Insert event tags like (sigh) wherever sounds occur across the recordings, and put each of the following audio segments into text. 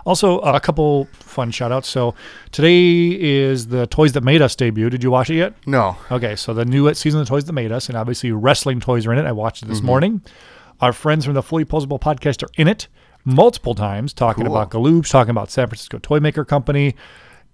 Also, a couple fun shout outs. So, today is the Toys That Made Us debut. Did you watch it yet? no, Okay, so the new season of the Toys That Made Us, and obviously wrestling toys are in it. I watched it this Mm-hmm. morning. Our friends from the Fully Posable podcast are in it multiple times, talking Cool. about Galoobs, talking about San Francisco Toy Maker Company.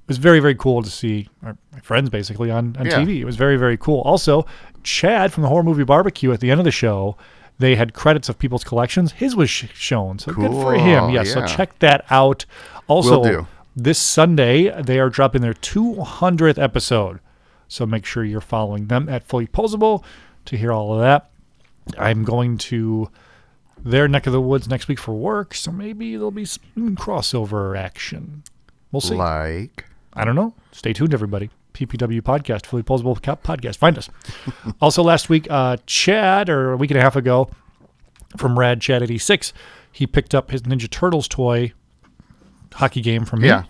It was very, very cool to see our my friends basically on, on Yeah. TV. It was very, very cool. Also, Chad from the Horror Movie Barbecue at the end of the show, they had credits of people's collections. His was sh- shown, so good for him. Cool, Yeah, so yeah. check that out. Also, Will do. this Sunday, they are dropping their 200th episode. So make sure you're following them at Fully Posable to hear all of that. I'm going to their neck of the woods next week for work, so maybe there'll be some crossover action. We'll see. like I don't know. Stay tuned, everybody. PPW podcast, Fully Posable Cap podcast. Find (laughs) us. also, last week, uh, Chad, or a week and a half ago, from Rad Chad 86, he picked up his Ninja Turtles toy hockey game from me. Yeah.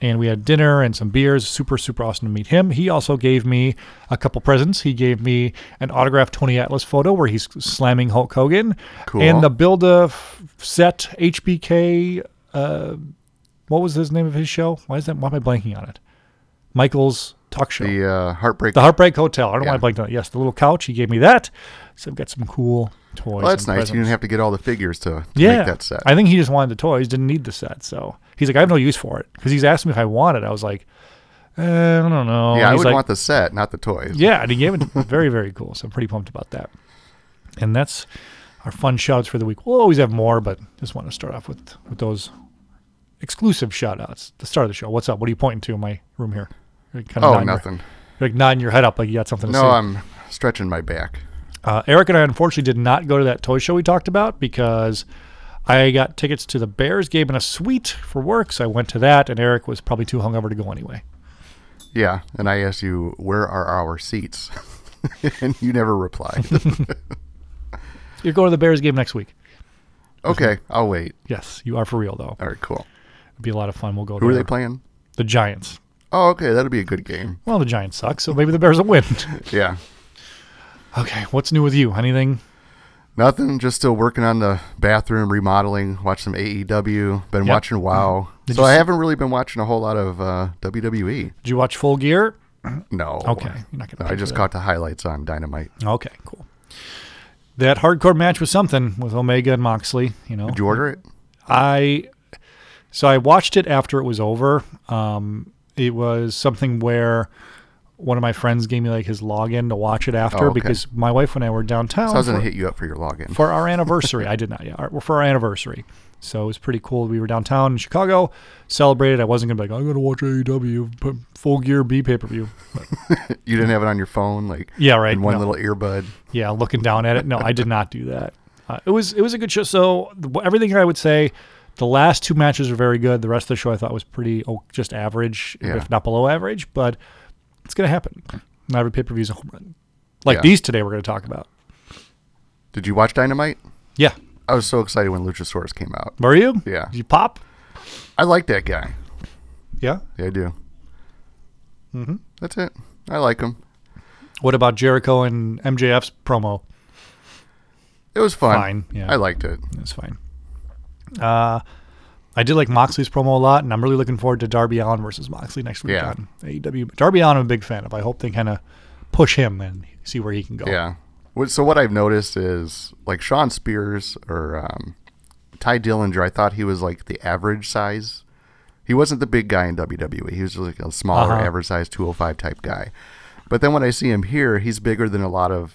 And we had dinner and some beers. Super, super awesome to meet him. He also gave me a couple presents. He gave me an autographed Tony Atlas photo where he's slamming Hulk Hogan. Cool. And the Build a F- Set HBK. Uh, what was his name of his show? Why is that? Why am I blanking on it? Michael's talk show. the uh, heartbreak. The Heartbreak Hotel. I don't Yeah. want to blank on it. Yes, the little couch. He gave me that. So I've got some cool toys. well, that's and nice. presents. You didn't have to get all the figures to, to Yeah, make that set. I think he just wanted the toys, didn't need the set. So he's like, I have no use for it because he's asked me if I want it. I was like, eh, I don't know. yeah, I He's would like, want the set, not the toys. Yeah, and he gave it (laughs) to me. very, very cool. So I'm pretty pumped about that. And that's our fun shout outs for the week. We'll always have more, but just want to start off with with those exclusive shout outs. The start of the show. What's up? What are you pointing to in my room here? You're kind Oh, nodding your- nothing. you're like nodding your head up like you got something to No, say. I'm stretching my back. Uh, Eric and I unfortunately did not go to that toy show we talked about because I got tickets to the Bears game in a suite for work, so I went to that, and Eric was probably too hungover to go anyway. Yeah, and I asked you where are our seats, (laughs) and you never replied. You're going to the Bears game next week. okay, I'll wait. Yes, you are for real though. All right, cool. It'd be a lot of fun. We'll go. Who are there. they playing? The Giants. Oh, okay, that'll be a good game. Well, the Giants suck, so maybe the Bears will (laughs) win. Yeah, okay, what's new with you? Anything? nothing. Just still working on the bathroom remodeling. Watch some AEW. Been Yep. Mm-hmm. watching WoW. Did so you I see- haven't really been watching a whole lot of uh, WWE. Did you watch Full Gear? No. Okay, you're not gonna pay No, I for just that. caught the highlights on Dynamite. Okay, cool. That hardcore match was something with Omega and Moxley. You know, Did you order it? I so I watched it after it was over. Um, It was something where one of my friends gave me like his login to watch it after Oh, okay. because my wife and I were downtown So I was Oh, for, gonna hit you up for your login. for our anniversary. I did not, yeah, our, for our anniversary. So it was pretty cool. We were downtown in Chicago, celebrated. I wasn't gonna be like, I'm gonna watch AEW p- full gear B pay per view. you didn't have it on your phone, like Yeah, right, In one no. little earbud. Yeah, looking down at it. No, I did not do that. Uh, it was it was a good show. So the, everything I would say, the last two matches are very good. The rest of the show I thought was pretty oh, just average, Yeah. if not below average. But it's gonna happen. Not every pay per view is a home run. Like Yeah. these today, we're gonna talk about. Did you watch Dynamite? Yeah, I was so excited when Luchasaurus came out. were you? Yeah. Did you pop? I like that guy. Yeah. Yeah, I do. Mm-hmm. Mm-hmm. That's it. I like him. What about Jericho and MJF's promo? It was fun. Fine, yeah. I liked it. That's fine. Uh, I did like Moxley's promo a lot, and I'm really looking forward to Darby Allen versus Moxley next week Yeah. on AEW. Darby Allen, I'm a big fan of. I hope they kind of push him and see where he can go. Yeah. What- So what I've noticed is like Sean Spears or um, Ty Dillinger. I thought he was like the average size. He wasn't the big guy in WWE. He was just like a smaller, Uh-huh. average size 205 type guy. But then when I see him here, he's bigger than a lot of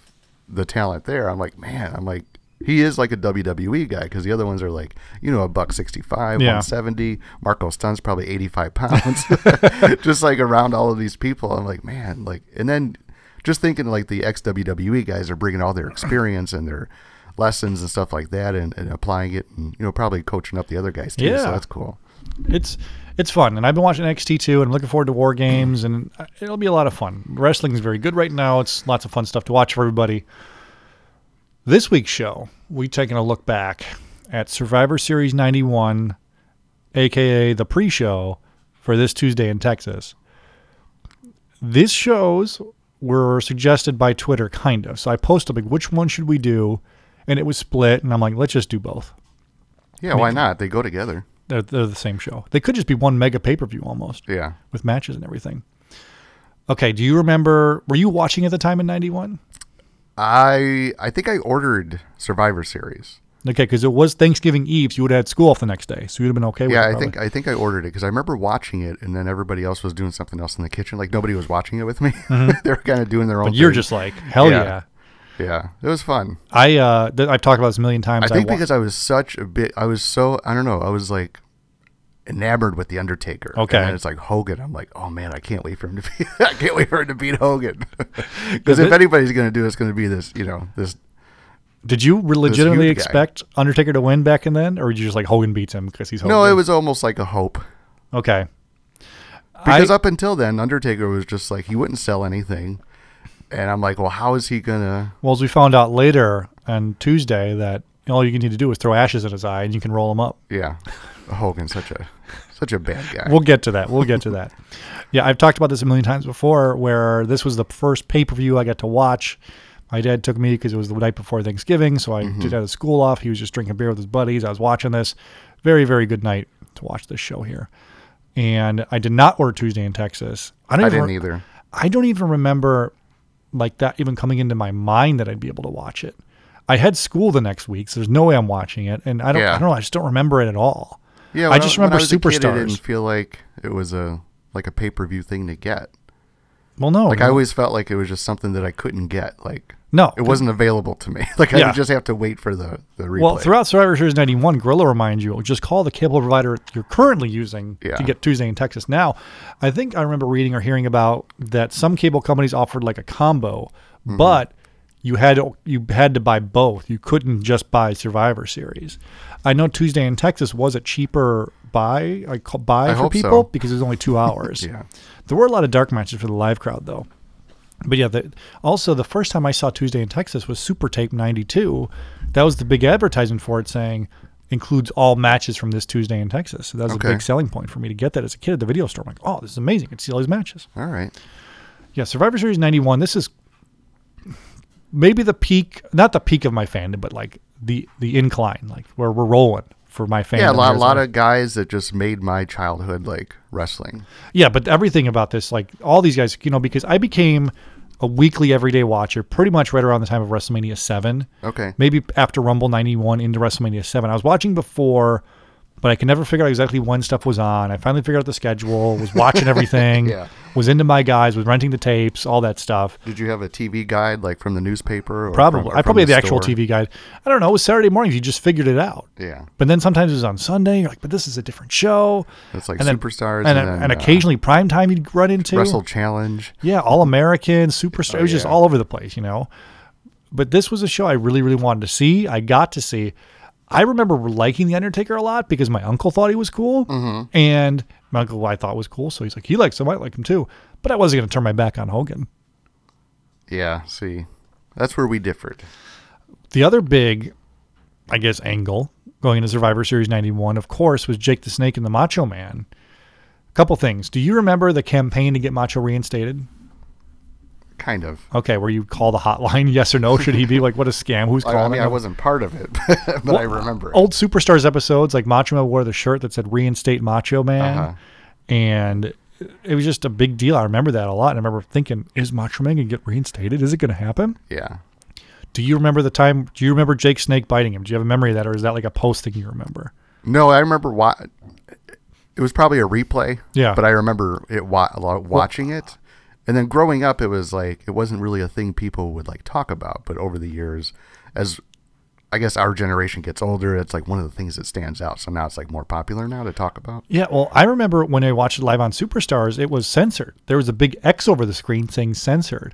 the talent there. I'm like, man, I'm like, he is like a WWE guy because the other ones are like, you know, a buck 65, Yeah. 170. Marco Stunt's probably 85 pounds. (laughs) just like around all of these people. I'm like, man, like, and then just thinking like the ex WWE guys are bringing all their experience and their lessons and stuff like that and, and applying it and, you know, probably coaching up the other guys too. Yeah. So that's cool. It's it's fun, and I've been watching NXT too, and looking forward to War Games, and uh, it'll be a lot of fun. Wrestling is very good right now. It's lots of fun stuff to watch for everybody. This week's show, we taking a look back at Survivor Series '91, aka the pre-show for this Tuesday in Texas. These shows were suggested by Twitter, kind of. So I posted like, which one should we do? And it was split, and I'm like, let's just do both Yeah, why not? They go together. they're, they're the same show. They could just be one mega pay per view almost Yeah. with matches and everything. Okay, do you remember? Were you watching at the time in '91? I I think I ordered Survivor Series. Okay, because it was Thanksgiving Eve, so you would have had school off the next day, so you'd have been okay. with Yeah, it, I probably. think I think I ordered it because I remember watching it, and then everybody else was doing something else in the kitchen. Like nobody was watching it with me. (laughs) they were kind of doing their own. Mm-hmm. But you're thing. just (laughs) like hell yeah. Yeah. yeah. It was fun. I uh, th- I've talked about this a million times. I think wa- because I was such a bit. I was so I don't know. I was like enamored with the Undertaker. Okay. and then it's like Hogan. I'm like, oh man, I can't wait for him to be. (laughs) I can't wait for him to beat Hogan. (laughs) Because Yeah, if thi- anybody's gonna do, it, it's gonna be this. You know, this. did you re- legitimately guy. expect Undertaker to win back and then, or did you just like Hogan beats him because he's Hogan? No, it was almost like a hope. okay. Because I, up until then, Undertaker was just like he wouldn't sell anything, and I'm like, well, how is he gonna? well, as we found out later on Tuesday, that all you need to do is throw ashes in his eye and you can roll him up. Yeah, Hogan's such a such a bad guy. We'll get to that. We'll get to that. (laughs) Yeah, I've talked about this a million times before where this was the first pay per view I got to watch. My dad took me because it was the night before Thanksgiving. So Mm-hmm. I did have the school off. He was just drinking beer with his buddies. I was watching this. Very, very good night to watch this show here. And I did not order Tuesday in Texas. don't I even didn't re- either. I don't even remember like that even coming into my mind that I'd be able to watch it. I had school the next week, so there's no way I'm watching it. And I don't, Yeah. I don't know. I just don't remember it at all. Yeah, I when just when remember was a kid, I Superstars. didn't feel like it was a like a pay per view thing to get. Well, no. Like no. I always felt like it was just something that I couldn't get. Like No. it wasn't available to me. (laughs) Like I Yeah. would just have to wait for the the replay. Well, throughout Survivor Series 91, Gorilla reminds you, just call the cable provider you're currently using Yeah. to get Tuesday in Texas. Now, I think I remember reading or hearing about that some cable companies offered like a combo, Mm-hmm. but you had to, you had to buy both. You couldn't just buy Survivor Series. I know Tuesday in Texas was a cheaper buy, like call- buy I for hope so. people because it was only (laughs) 2 hours. Yeah. There were a lot of dark matches for the live crowd though. But yeah, the, also the first time I saw Tuesday in Texas was Super Tape '92. That was the big advertisement for it, saying includes all matches from this Tuesday in Texas. So that was Okay. a big selling point for me to get that as a kid at the video store. I'm like, oh, this is amazing! I can see all these matches. All right. Yeah, Survivor Series '91. This is maybe the peak, not the peak of my fandom, but like the the incline, like where we're rolling for my fandom. Yeah, a lot, Here's lot my- of guys that just made my childhood like wrestling. Yeah, but everything about this, like all these guys, you know, because I became a weekly everyday watcher pretty much right around the time of WrestleMania 7. Okay. Maybe after Rumble 91 into WrestleMania 7. I was watching before but I can never figure out exactly when stuff was on. I finally figured out the schedule, was (laughs) watching everything, Yeah. was into my guys, was renting the tapes, all that stuff. Did you have a TV guide like from the newspaper? Or Probably. from- or I from probably had the actual store? TV guide. I don't know. It was Saturday mornings. You just figured it out. Yeah. But then sometimes it was on Sunday. You're like, but this is a different show. It's like And then- Superstars And, and and, then, uh, occasionally prime time you'd run into. Wrestle Challenge. Yeah, All American, Superstar. it was just Oh, yeah. all over the place, you know. But this was a show I really, really wanted to see. I got to see. I remember liking The Undertaker a lot because my uncle thought he was cool. Mm-hmm. And my uncle, I thought was cool. So he's like, he likes him. I like him too. But I wasn't going to turn my back on Hogan. Yeah. See, that's where we differed. The other big, I guess, angle going into Survivor Series 91, of course, was Jake the Snake and the Macho Man. Couple things. Do you remember the campaign to get Macho reinstated? Kind of. Okay, where you call the hotline, (laughs) yes or no? Should he be like, what a scam? Who's I, calling? I mean, I him? wasn't part of it, (laughs) but I remember. it. old superstars episodes like Macho Man wore the shirt that said "Reinstate Macho Man," and it was just a big deal. I remember that a lot, and I remember thinking, "Is Macho Man gonna get reinstated? Is it gonna happen?" Yeah. Do you remember the time? Do you remember Jake Snake biting him? Do you have a memory of that, or is that like a post thing you remember? No, I remember why. It was probably a replay. Yeah. But I remember it wa- a lot- watching it, and then growing up, it was like it wasn't really a thing people would like talk about. But over the years, as I guess our generation gets older, it's like one of the things that stands out. So now it's like more popular now to talk about. Yeah, well, I remember when I watched it live on Superstars, it was censored. There was a big X over the screen saying censored.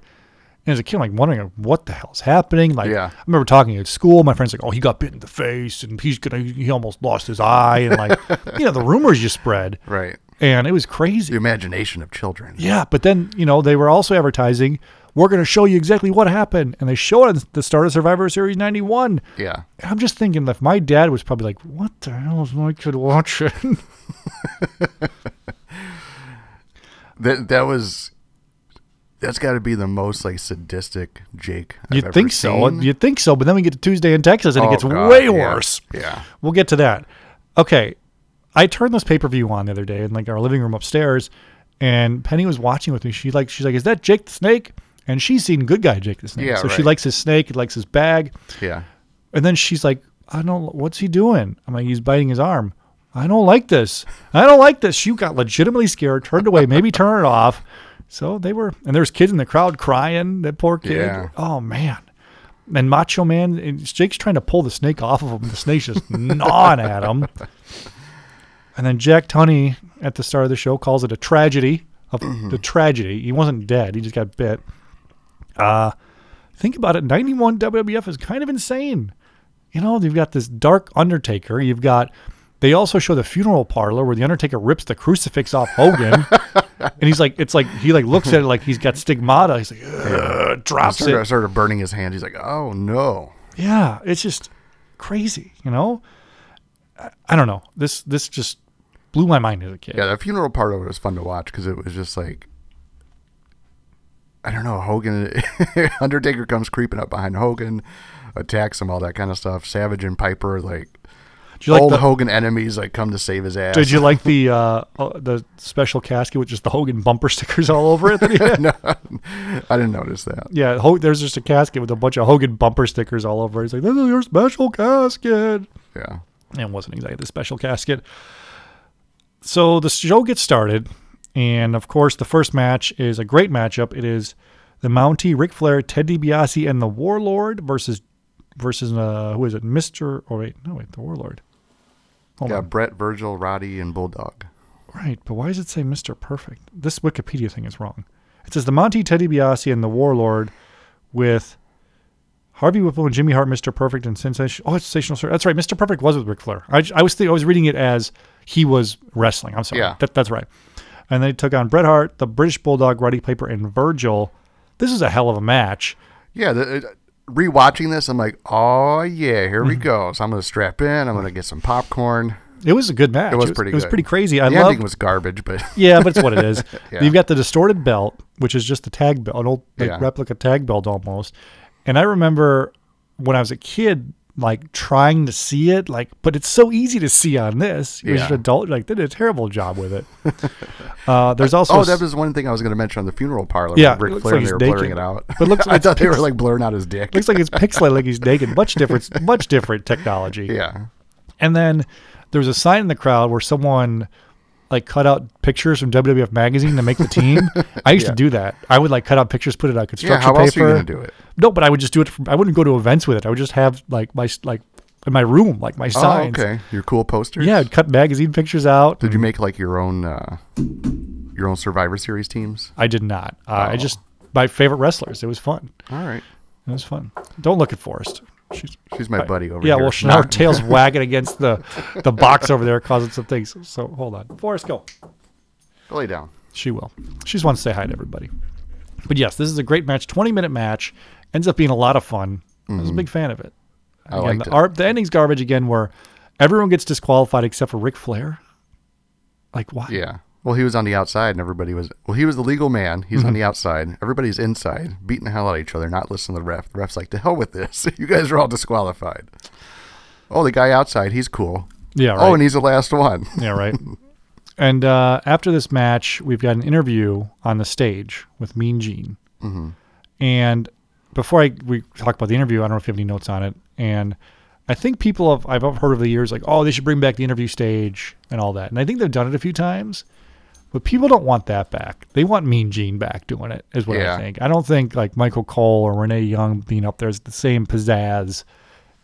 And as a kid, I'm like wondering what the hell's happening. Like, Yeah. I remember talking at school. My friends like, "Oh, he got bit in the face, and he's gonna—he almost lost his eye." And (laughs) like, you know, the rumors you spread, Right. and it was crazy. The imagination of children. Yeah, but then you know they were also advertising, "We're gonna show you exactly what happened," and they show it at the start of Survivor Series '91. Yeah. And I'm just thinking, if my dad was probably like, "What the hell is my kid (laughs) watching?" That that was. That's got to be the most like sadistic Jake. I've You'd ever think so. seen. You'd think so. But then we get to Tuesday in Texas and it Oh, gets God, way yeah, worse. Yeah. We'll get to that. Okay. I turned this pay per view on the other day in like our living room upstairs and Penny was watching with me. She like she's like, Is that Jake the Snake? And she's seen good guy Jake the Snake. Yeah, so she right. likes his snake, likes his bag. Yeah. And then she's like, I don't what's he doing? I'm like, he's biting his arm. I don't like this. I don't like this. You got legitimately scared, turned away, maybe turn it off. So they were and there's kids in the crowd crying, that poor kid. Yeah. Oh man. And Macho Man and Jake's trying to pull the snake off of him. The snake's just (laughs) gnawing at him. And then Jack Tunney at the start of the show calls it a tragedy of the tragedy. He wasn't dead, he just got bit. Think about it, 91 WWF is kind of insane you know, you've got this dark Undertaker. You've got, they also show the funeral parlor where the Undertaker rips the crucifix off Hogan. and he's like, it's like, he like looks at it like he's got stigmata. He's like, "Ugh," drops Started, it. started burning his hand. He's like, oh no. Yeah. It's just crazy, you know? I, I don't know. This, this just blew my mind as a kid. Yeah, the funeral part of it was fun to watch because it was just like, I don't know, Hogan, (laughs) Undertaker comes creeping up behind Hogan, attacks him, all that kind of stuff. Savage and Piper, like, Did you like old the, Hogan enemies, like come to save his ass. did you like the, uh, uh, the special casket with just the Hogan bumper stickers all over it? that he had? (laughs) I didn't notice that. Yeah. Ho- there's just a casket with a bunch of Hogan bumper stickers all over it. He's like, this is your special casket. Yeah, and wasn't exactly the special casket. So the show gets started, and of course, the first match is a great matchup. It is the Mountie, Ric Flair, Ted DiBiase, and the Warlord versus versus uh, who is it, Mister? Oh wait, no wait, the Warlord. Hold yeah. on. Brett, Virgil, Roddy, and Bulldog. Right, but why does it say Mister Perfect? This Wikipedia thing is wrong. It says the Mountie, Ted DiBiase, and the Warlord with. Harvey Whipple and Jimmy Hart, Mr. Perfect, and Sensation. Oh, it's Sensational Sir. That's right. Mr. Perfect was with Ric Flair. I, j- I was think I was reading it as he was wrestling. I'm sorry. Yeah. That, that's right. And they took on Bret Hart, the British Bulldog, Roddy Piper, and Virgil. This is a hell of a match. Yeah, the, it, rewatching this, I'm like, oh yeah, here Mm-hmm. we go. So I'm gonna strap in. I'm gonna get some popcorn. It was a good match. It was pretty. It was good. pretty crazy. I the love. ending was garbage, but (laughs) (laughs) yeah, but it's what it is. Yeah. You've got the distorted belt, which is just a tag belt, an old like, Yeah. replica tag belt almost. And I remember when I was a kid, like trying to see it, like, but it's so easy to see on this. You're just Yeah. an adult, you're like, they did a terrible job with (laughs) it. Uh, there's also Oh, a that s- was one thing I was going to mention on the funeral parlor. Yeah, with it Ric looks Flair, like and he's they were blurring naked. it out. But it looks (laughs) I like thought they were it's- like blurring out his dick. looks like it's pixelated, like he's naked. Much different, much different technology. yeah, And then there was a sign in the crowd where someone like cut out pictures from WWF magazine to make the (laughs) team. I used to do that. I would like cut out pictures, put it on construction how paper. else are you gonna do it? No, but I would just do it. From, I wouldn't go to events with it. I would just have like my s- like in my room, like my Oh, signs. okay. Your cool posters. Yeah, I'd cut magazine pictures out. Did you make like your own uh, your own Survivor Series teams? I did not. Uh, Oh. I just my favorite wrestlers. It was fun. All right. It was fun. Don't look at Forrest. She's She's my buddy over yeah. here. Well, she- now (laughs) her tail's wagging against the the box over there, causing some things. So hold on, Forrest, go. lay down. She will. She just wants to say hi to everybody. But yes, this is a great match. Twenty minute match ends up being a lot of fun. I was a big fan of it. Mm-hmm. I Again, liked the, it. ar- the ending's garbage again, where everyone gets disqualified except for Ric Flair. Like why? Yeah. Well, he was on the outside, and everybody was. Well, he was the legal man. He's Mm-hmm. on the outside. Everybody's inside, beating the hell out of each other, not listening to the ref. The ref's like, "To hell with this! (laughs) You guys are all disqualified." Oh, the guy outside, he's cool. Yeah, Oh, right. and he's the last one. (laughs) Yeah, right. (laughs) and uh, after this match, we've got an interview on the stage with Mean Gene. And before I we talk about the interview, I don't know if you have any notes on it. And I think people have I've heard over the years like, oh, they should bring back the interview stage and all that. And I think they've done it a few times. But people don't want that back. They want Mean Gene back doing it, is what Yeah. I think. I don't think like Michael Cole or Renee Young being up there is the same pizzazz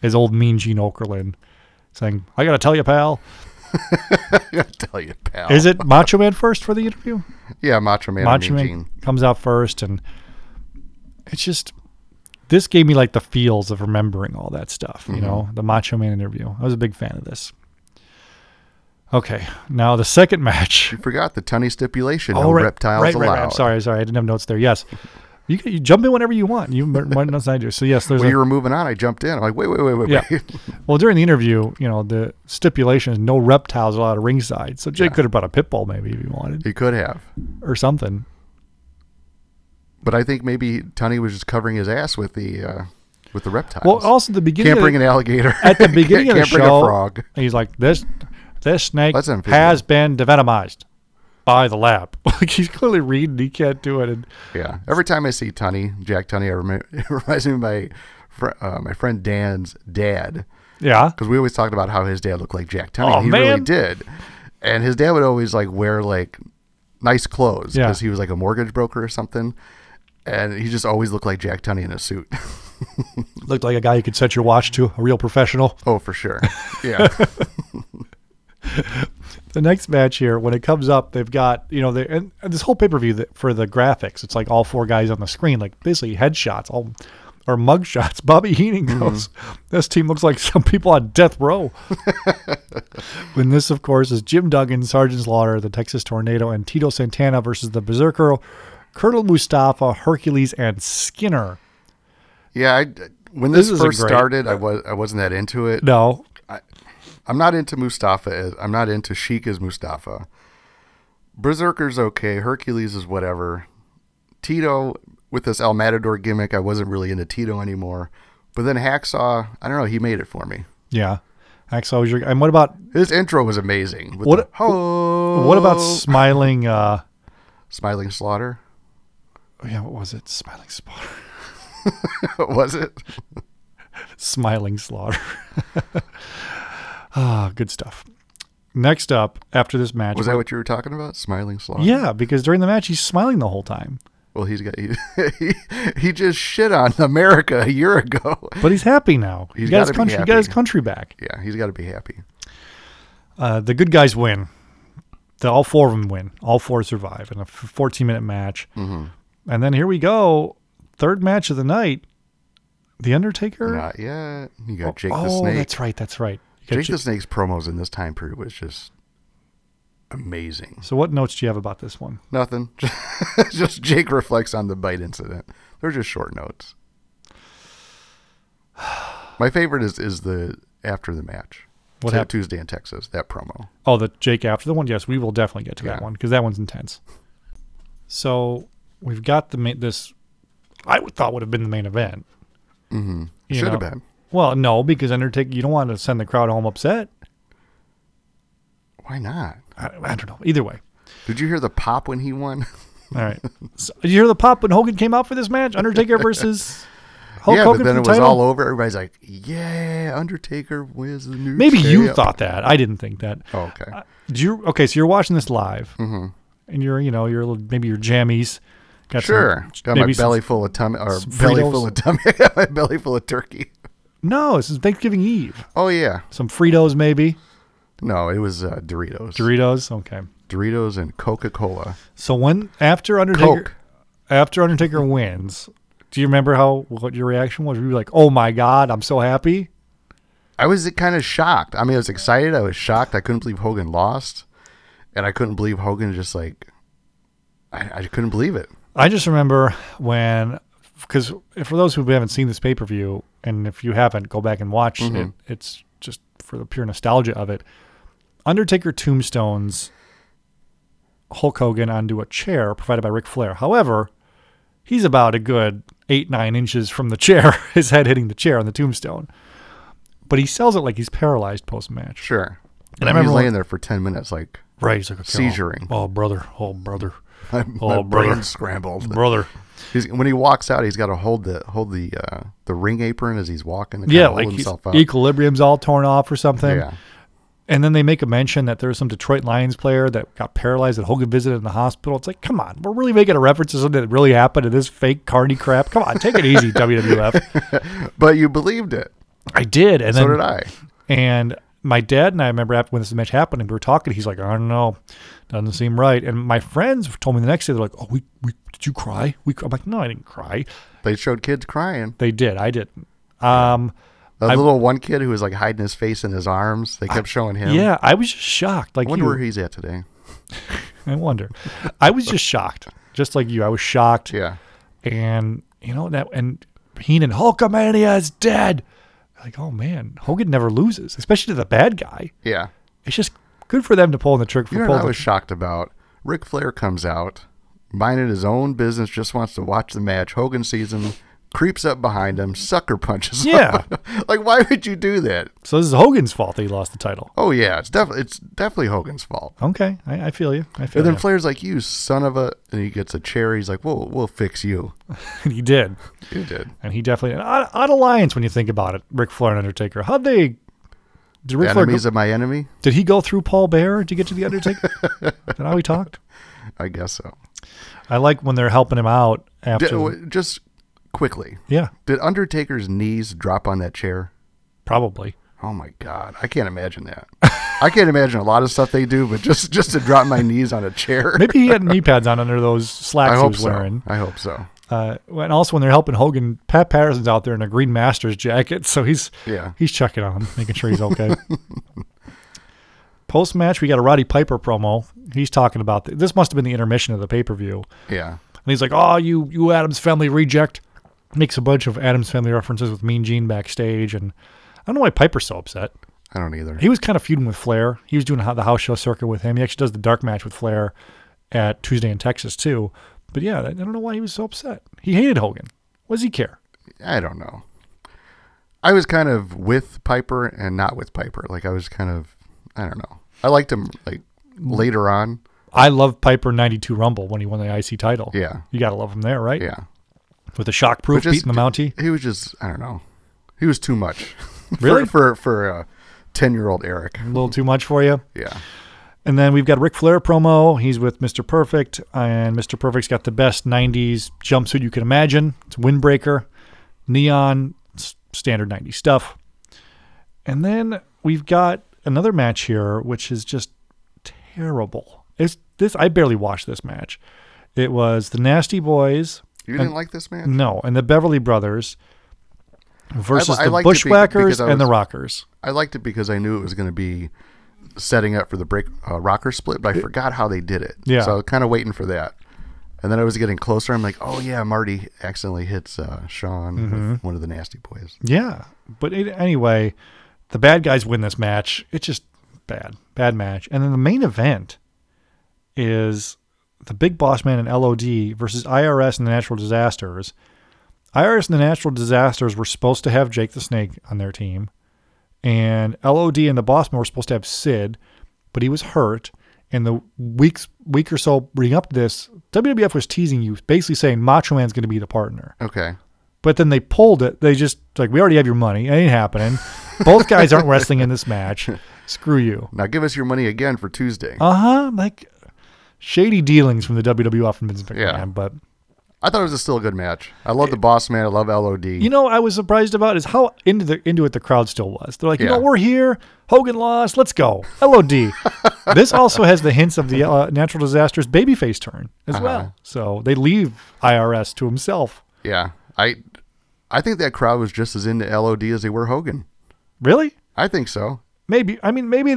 as old Mean Gene Okerlund saying, "I gotta tell you, pal." I tell you, pal. Is it Macho Man first for the interview? Yeah, Macho Man. Macho and Man Mean Gene. comes out first, and it's just this gave me like the feels of remembering all that stuff. You Mm-hmm. know, the Macho Man interview. I was a big fan of this. Okay, now the second match. (laughs) You forgot the Tunny stipulation. All no Oh, right, reptiles right, right, allowed. right. I'm sorry, sorry, I didn't have notes there. Yes, you, can- you jump in whenever you want. You might might not I do. So yes, there's When a, you were moving on, I jumped in. I'm like, wait, wait, wait, wait, Yeah. wait. (laughs) Well, during the interview, you know, the stipulation is no reptiles allowed at ringside. So Jake could have brought a pit bull maybe if he wanted he could have, or something. but I think maybe Tunny was just covering his ass with the uh, with the reptiles. Well, also the beginning. can't of the- bring an alligator at the (laughs) Can't- beginning of the can't bring show, A frog. he's like, "This, this snake That's unphysical. has been devenomized by the lab." (laughs) like he's clearly reading, he can't do it. And Yeah. Every time I see Tunny, Jack Tunny, I remember, (laughs) it reminds me of my, fr- uh, my friend Dan's dad. yeah, Because we always talked about how his dad looked like Jack Tunny. Oh, he man. really did. And his dad would always like wear like nice clothes Yeah. because he was like a mortgage broker or something. And he just always looked like Jack Tunney in a suit. (laughs) looked like a guy you could set your watch to, a real professional. oh, for (laughs) sure. Yeah. The next match here, when it comes up, they've got you know, they, and, and this whole pay per view that for the graphics, it's like all four guys on the screen, like basically headshots, all or mug shots. (laughs) Bobby Heenan goes, "This team looks like some people on death row." And this, of course, is Jim Duggan, Sergeant Slaughter, the Texas Tornado, and Tito Santana versus the Berserker, Colonel Mustafa, Hercules, and Skinner. yeah. I, when This this, is a first great- uh, started, I, was, I wasn't that into it. No, I'm not into Mustafa as I'm not into Sheik as Mustafa. Berserker's okay. Hercules is whatever. Tito with this El Matador gimmick, I wasn't really into Tito anymore. But then Hacksaw, I don't know, he made it for me. yeah. Axel was your. And what about His intro was amazing. with What- the, "Ho!" what about smiling? uh Smiling Slaughter? (laughs) Yeah, what was it? Smiling Slaughter. was it? Smiling Slaughter. (laughs) Ah, good stuff. Next up, after this match, Was that what you were talking about? Smiling Slaughter? yeah, because during the match he's smiling the whole time, Well, he's got he, (laughs) he, he just shit on America a year ago. (laughs) but he's happy now. he (gasps) He's got his gotta be country. He got his happy. country back. Yeah, he's got to be happy. Uh, the good guys win. The, all four of them win. All four survive in a f- 14 minute match. Mm-hmm. And then here we go. Third match of the night. The Undertaker. Not yet. You got Jake the oh, Snake. that's right. That's right. You got Jake Ja- the Snake's promos in this time period was just amazing. so, what notes do you have about this one? Nothing. (laughs) just Jake reflects on the bite incident. They're just short notes. (sighs) My favorite is is the after the match. What Tu- happened? Tuesday in Texas? That promo. Oh, the Jake after the one. Yes, we will definitely get to that Yeah. one because that one's intense. So we've got the main. This I would- thought would have been the main event. Mm-hmm. Should have been. Well, no, because Undertaker. You don't want to send the crowd home upset. Why not? I, I don't know. Either way. Did you hear the pop when he won? (laughs) (laughs) All right. So, did you hear the pop when Hogan came out for this match? Undertaker versus Hulk yeah, Hogan but then for it the was title? all over. Everybody's like, "Yeah, Undertaker wins the new." Maybe you champ." thought that. I didn't think that. Oh, okay. Mm-hmm. Uh, do you? Okay, so you're watching this live, and you're you know you're maybe your jammies. Got some- Sure. Got my maybe some- belly full of tummy, or some belly Fritos. full of tummy, (laughs) I got my belly full of turkey. No, this is Thanksgiving Eve. Oh yeah. Some Fritos maybe. No, it was uh, Doritos. Doritos. Okay. Doritos and Coca Cola. So when after Undertaker Coke. after Undertaker wins, do you remember how what your reaction was? Were you like, "Oh my god, I'm so happy"? I was kind of shocked. I mean, I was excited. I was shocked. I couldn't believe Hogan lost, and I couldn't believe Hogan just like. I, I couldn't believe it. I just remember when, because for those who haven't seen this pay per view, and if you haven't, go back and watch Mm-hmm. it. It's just for the pure nostalgia of it. Undertaker tombstones Hulk Hogan onto a chair provided by Ric Flair. However, he's about a good eight, nine inches from the chair, (laughs) his head hitting the chair on the tombstone. But he sells it like he's paralyzed post match. Sure. And I He was remember when- laying there for ten minutes, like Right. He's like, okay, oh, Seizuring. Oh, brother. Oh, brother. (laughs) my, my Oh, brother. brain scrambled. Brother. He's, when he walks out, he's got to hold the hold the uh, the ring apron as he's walking. To Yeah, kinda like hold he's, himself up. equilibrium's all torn off or something. Yeah, And then they make a mention that there was some Detroit Lions player that got paralyzed that Hogan visited in the hospital. It's like, come on, we're really making a reference to something that really happened to this fake carny crap. Come on, take it easy, (laughs) WWF. but you believed it. I did, and So then did I. and my dad and I remember after when this match happened, and we were talking. He's like, I don't know, doesn't seem right. And my friends told me the next day they're like, Oh, we, we did you cry? We cr-" I'm like, No, I didn't cry. They showed kids crying. They did. I didn't. Um, The I- little one kid who was like hiding his face in his arms. They kept showing him. yeah, I was just shocked. Like I wonder you. where he's at today. I wonder. I was just shocked, just like you. I was shocked. Yeah. And you know that, and Heenan Hulkamania is dead. Like, oh man, Hogan never loses, especially to the bad guy. Yeah. It's just good for them to pull in the trick for You know pull. what I the- was shocked about? Ric Flair comes out, minding his own business, just wants to watch the match. Hogan sees him, creeps up behind him, sucker punches him. Yeah. (laughs) like, why would you do that? so this is Hogan's fault that he lost the title. Oh yeah, it's definitely it's definitely Hogan's fault. Okay, I, I feel you. I feel And then you. Flair's like, "You son of a," and he gets a chair. He's like, "Whoa, we'll fix you." (laughs) he did, You did. and he definitely an odd, odd alliance when you think about it. Ric Flair and Undertaker. How'd they? Did Ric Flair go, Enemies of my enemy. did he go through Paul Bear to get to the (laughs) Undertaker? Is that how he talked? I guess so. I like when they're helping him out Did- after. w- just quickly, yeah, did Undertaker's knees drop on that chair? probably. Oh my God, I can't imagine that. I can't imagine a lot of stuff they do, but just just to drop my knees on a chair. (laughs) Maybe he had knee pads on under those slacks I he hope was so. wearing. I hope so. Uh, and also when they're helping Hogan, Pat Patterson's out there in a green Masters jacket, so he's Yeah. he's checking on him, making sure he's (laughs) okay. Post match, we got a Roddy Piper promo. He's talking about th- this must have been the intermission of the pay per view, Yeah. and he's like, "Oh, you you Adams family reject." Makes a bunch of Adams family references with Mean Gene backstage, and I don't know why Piper's so upset. I don't either. He was kind of feuding with Flair. He was doing ho- the house show circuit with him. He actually does the dark match with Flair at Tuesday in Texas too. But yeah, I don't know why he was so upset. He hated Hogan. What does he care? I don't know. I was kind of with Piper and not with Piper. Like I was kind of, I don't know. I liked him like later on. I love Piper '92 Rumble when he won the IC title. Yeah. you gotta love him there, right? Yeah. With the shockproof But just- beating the Mountie. He was just I don't know. He was too much. (laughs) Really? for for, for a ten year old Eric. A little too much for you. Yeah. And then we've got Ric Flair promo. He's with Mr. Perfect, and Mr. Perfect's got the best '90s jumpsuit you can imagine. It's windbreaker, neon, s- standard '90s stuff. And then we've got another match here, which is just terrible. It's this. I barely watched this match. It was the Nasty Boys. You didn't like this man? No, and the Beverly Brothers versus I the liked it be- Bushwhackers because I and the was- Rockers. I liked it because I knew it was going to be setting up for the break uh, rocker split, but I forgot how they did it. Yeah. So I was kind of waiting for that. And then I was getting closer. I'm like, oh yeah, Marty accidentally hits uh, Sean with Mm-hmm. one of the nasty boys. Yeah, but it, anyway, the bad guys win this match. It's just bad, bad match. And then the main event is the Big Boss Man and LOD versus IRS and the Natural Disasters. IRS and the Natural Disasters were supposed to have Jake the Snake on their team, and LOD and the Boss Man were supposed to have Sid, but he was hurt. And the weeks, week or so leading up to this, WWF was teasing you, basically saying Macho Man's going to be the partner Okay. But then they pulled it. They just like we already have your money. It ain't happening. Both guys aren't wrestling in this (laughs) match. Screw you. Now give us your money again for Tuesday. Uh huh. Like shady dealings from the WWF and Vince McMahon. Yeah. But I thought it was a still a good match. I love the boss man. I love LOD. you know, I was surprised about is how into the into it the crowd still was. They're like, you Yeah. know, we're here. Hogan lost. Let's go. LOD. (laughs) this also has the hints of the uh, natural disasters babyface turn as Uh-huh. well. So they leave IRS to himself. yeah. I I think that crowd was just as into LOD as they were Hogan. Really? I think so. Maybe. I mean, maybe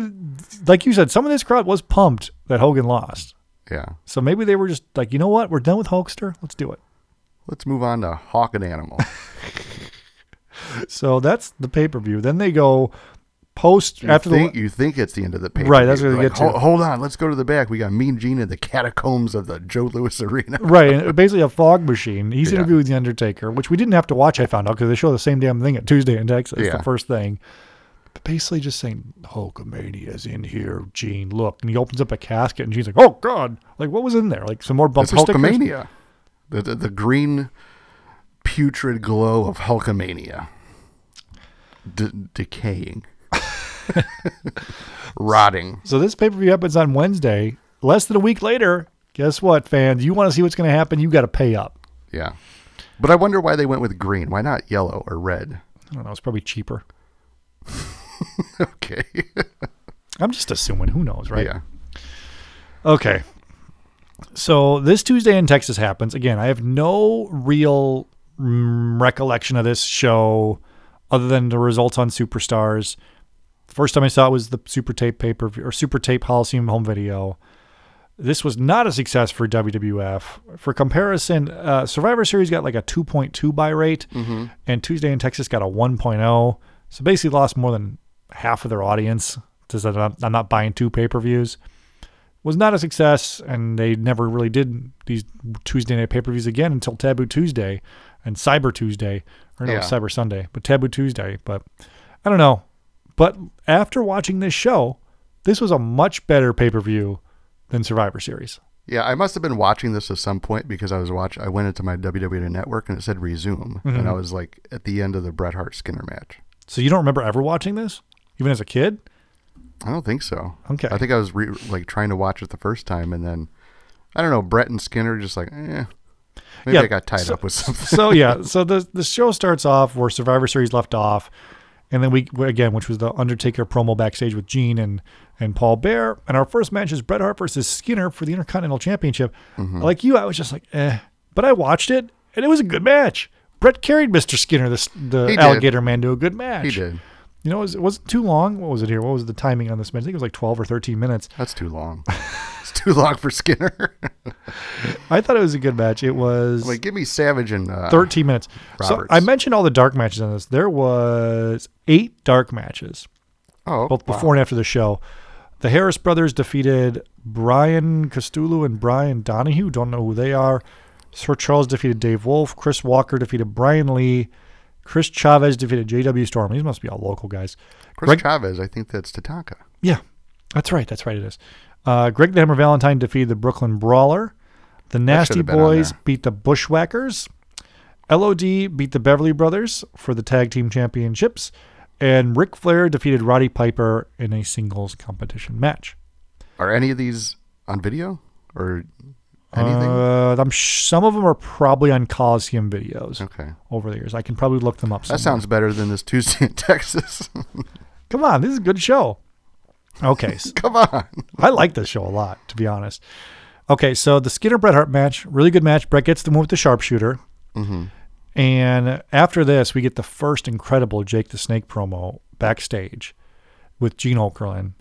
like you said, some of this crowd was pumped that Hogan lost. Yeah. So maybe they were just like, you know what? We're done with Hulkster. Let's do it. Let's move on to Hawk and Animal. So that's the pay per view. Then they go post after you think, the. you think it's the end of the page. Right, that's what I get to. Hold, hold on, let's go to the back. We got Mean Gene in the catacombs of the Joe Louis Arena. Right, and basically a fog machine. He's Yeah. interviewing the Undertaker, which we didn't have to watch. I found out because they show the same damn thing at Tuesday in Texas. Yeah. The first thing, but basically just saying Hulkamania's in here, Gene. Look, and he opens up a casket, and Gene's like, "Oh God!" Like what was in there? Like some more It's bumper stickers. Hulkamania. The, the the green putrid glow of Hulkamania. D- (laughs) decaying. Rotting. So this pay per view happens on Wednesday. Less than a week later, guess what, fans? You want to see what's going to happen? You got to pay up. Yeah. But I wonder why they went with green. Why not yellow or red? (laughs) I don't know. It's probably cheaper. Okay. I'm just assuming. Who knows, right? yeah. Okay. So this Tuesday in Texas happens. Again, I have no real mm, recollection of this show other than the results on Superstars. First time I saw it was the Super Tape paper or Super Tape Holocene home video. This was not a success for WWF. For comparison, uh, Survivor Series got like a 2.2 buy rate, and Tuesday in Texas got a 1.0. So basically, lost more than half of their audience. Says that I'm- I'm not buying two pay per views was not a success, and they never really did these Tuesday night pay per views again until Taboo Tuesday and Cyber Tuesday, or no, Yeah. Cyber Sunday, but Taboo Tuesday. But I don't know. But after watching this show, this was a much better pay per view than Survivor Series. Yeah, I must have been watching this at some point because I was watch. I went into my WWE network and it said resume, Mm-hmm. and I was like at the end of the Bret Hart Skinner match. So you don't remember ever watching this, even as a kid? I don't think so. Okay. I think I was re- like trying to watch it the first time, and then I don't know. Brett and Skinner just like, eh. Maybe Yeah, I got tied so- up with something. (laughs) so yeah, so the the show starts off where Survivor Series left off, and then we again, which was the Undertaker promo backstage with Gene and and Paul Bear, and our first match is Bret Hart versus Skinner for the Intercontinental Championship. Mm-hmm. Like you, I was just like, eh, but I watched it and it was a good match. Brett carried Mr. Skinner, the, the He did. alligator man, to a good match. He did. You know, it, was, it wasn't too long. What was it here? What was the timing on this match? I think it was like 12 or 13 minutes. That's (laughs) too long. it's too long for Skinner. (laughs) I thought it was a good match. It was. like, give me Savage and uh, 13 minutes. So Roberts. I mentioned all the dark matches on this. There was eight dark matches, Oh, both wow. before and after the show. The Harris brothers defeated Brian Castulu and Brian Donahue. Don't know who they are. Sir Charles defeated Dave Wolf. Chris Walker defeated Brian Lee. Chris Chavez defeated J.W. Storm. These must be all local guys. Chris Greg- Chavez. I think that's Tatanka. Yeah, that's right. That's right. It is. Uh, Greg the Hammer Valentine defeated the Brooklyn Brawler. The Nasty should've been on Boys there. beat the Bushwhackers. LOD beat the Beverly Brothers for the tag team championships. And Ric Flair defeated Roddy Piper in a singles competition match. Are any of these on video or anything? Uh, I'm sh- some of them are probably on Coliseum videos okay. over the years. I can probably look them up. somewhere. That sounds better than this Tuesday in (laughs) Texas. Come on, this is a good show. (laughs) Okay, s- Come on. I like this show a lot, to be honest. Okay, so the Skinner Bret Hart match, really good match. Bret gets the move with the sharpshooter. And after this, we get the first incredible Jake the Snake promo backstage with Gene Okerlund.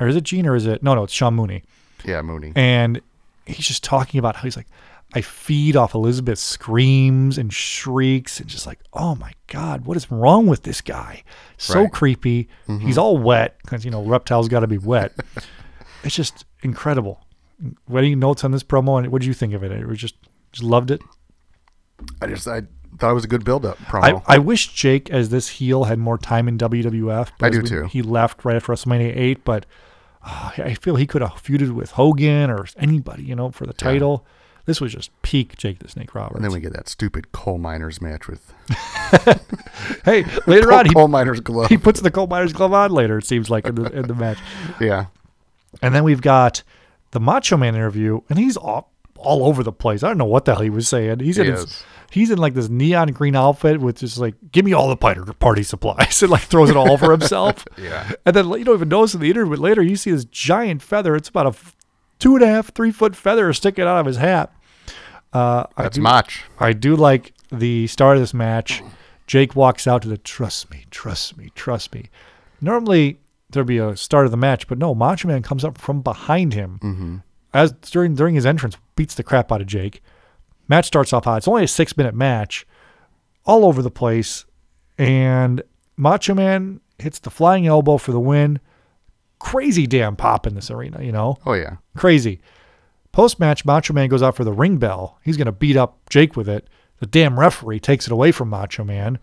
Or is it Gene or is it? No, no, it's Sean Mooney. Yeah, Mooney. And he's just talking about how he's like, I feed off Elizabeth's screams and shrieks and just like, oh my God, what is wrong with this guy? So Right. creepy. He's all wet because, you know, reptiles got to be wet. it's just incredible. What are your notes on this promo? And what did you think of it? It was just, just loved it. I just I thought it was a good build up I, promo. I wish Jake, as this heel, had more time in WWF. I do because we- too. He left right after WrestleMania uh, 8, but ah, I feel he could have feuded with Hogan or anybody, you know, for the title. This was just peak Jake the Snake Roberts. And then we get that stupid coal miners match with hey, later on, he, coal miners glove. he puts the coal miner's glove on later, it seems like, in the, in the match. yeah. And then we've got the Macho Man interview, and he's all, all over the place. I don't know what the hell he was saying. He's in He his- is. he's in like this neon green outfit with just like, give me all the party party supplies, (laughs) and like throws it all for himself. (laughs) Yeah. And then you don't even notice in the interview, but later you see this giant feather. It's about a f- two and a half, three foot feather sticking out of his hat. That's Mach. I do like the start of this match. Jake walks out to the trust me, trust me, trust me. Normally there'd be a start of the match, but no, Macho Man comes up from behind him as during during his entrance, beats the crap out of Jake. Match starts off hot. It's only a six minute match, all over the place, and Macho Man hits the flying elbow for the win. Crazy damn pop in this arena, you know Oh yeah. crazy. Post match, Macho Man goes out for the ring bell. He's going to beat up Jake with it. The damn referee takes it away from Macho Man.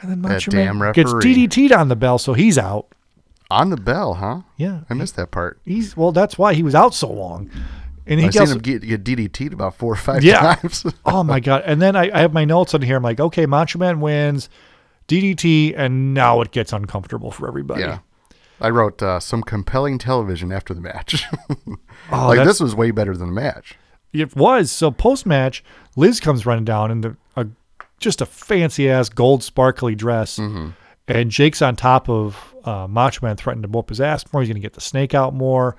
And then Macho damn Man gets referee. DDT'd on the bell, so he's out. On the bell, huh? Yeah. I missed that part. He's well, that's why he was out so long. And he I gets. seen him get, get DDT'd about four or five Yeah. times. (laughs) (laughs) oh my god! And then I, I have my notes on here. I'm like, okay, Macho Man wins, DDT, and now it gets uncomfortable for everybody. yeah. I wrote uh, some compelling television after the match. (laughs) Oh, like that's- this was way better than the match. It was. So post match, Liz comes running down in the a, just a fancy ass gold sparkly dress, Mm-hmm. and Jake's on top of uh, Macho Man, threatening to whoop his ass more. He's gonna get the snake out more,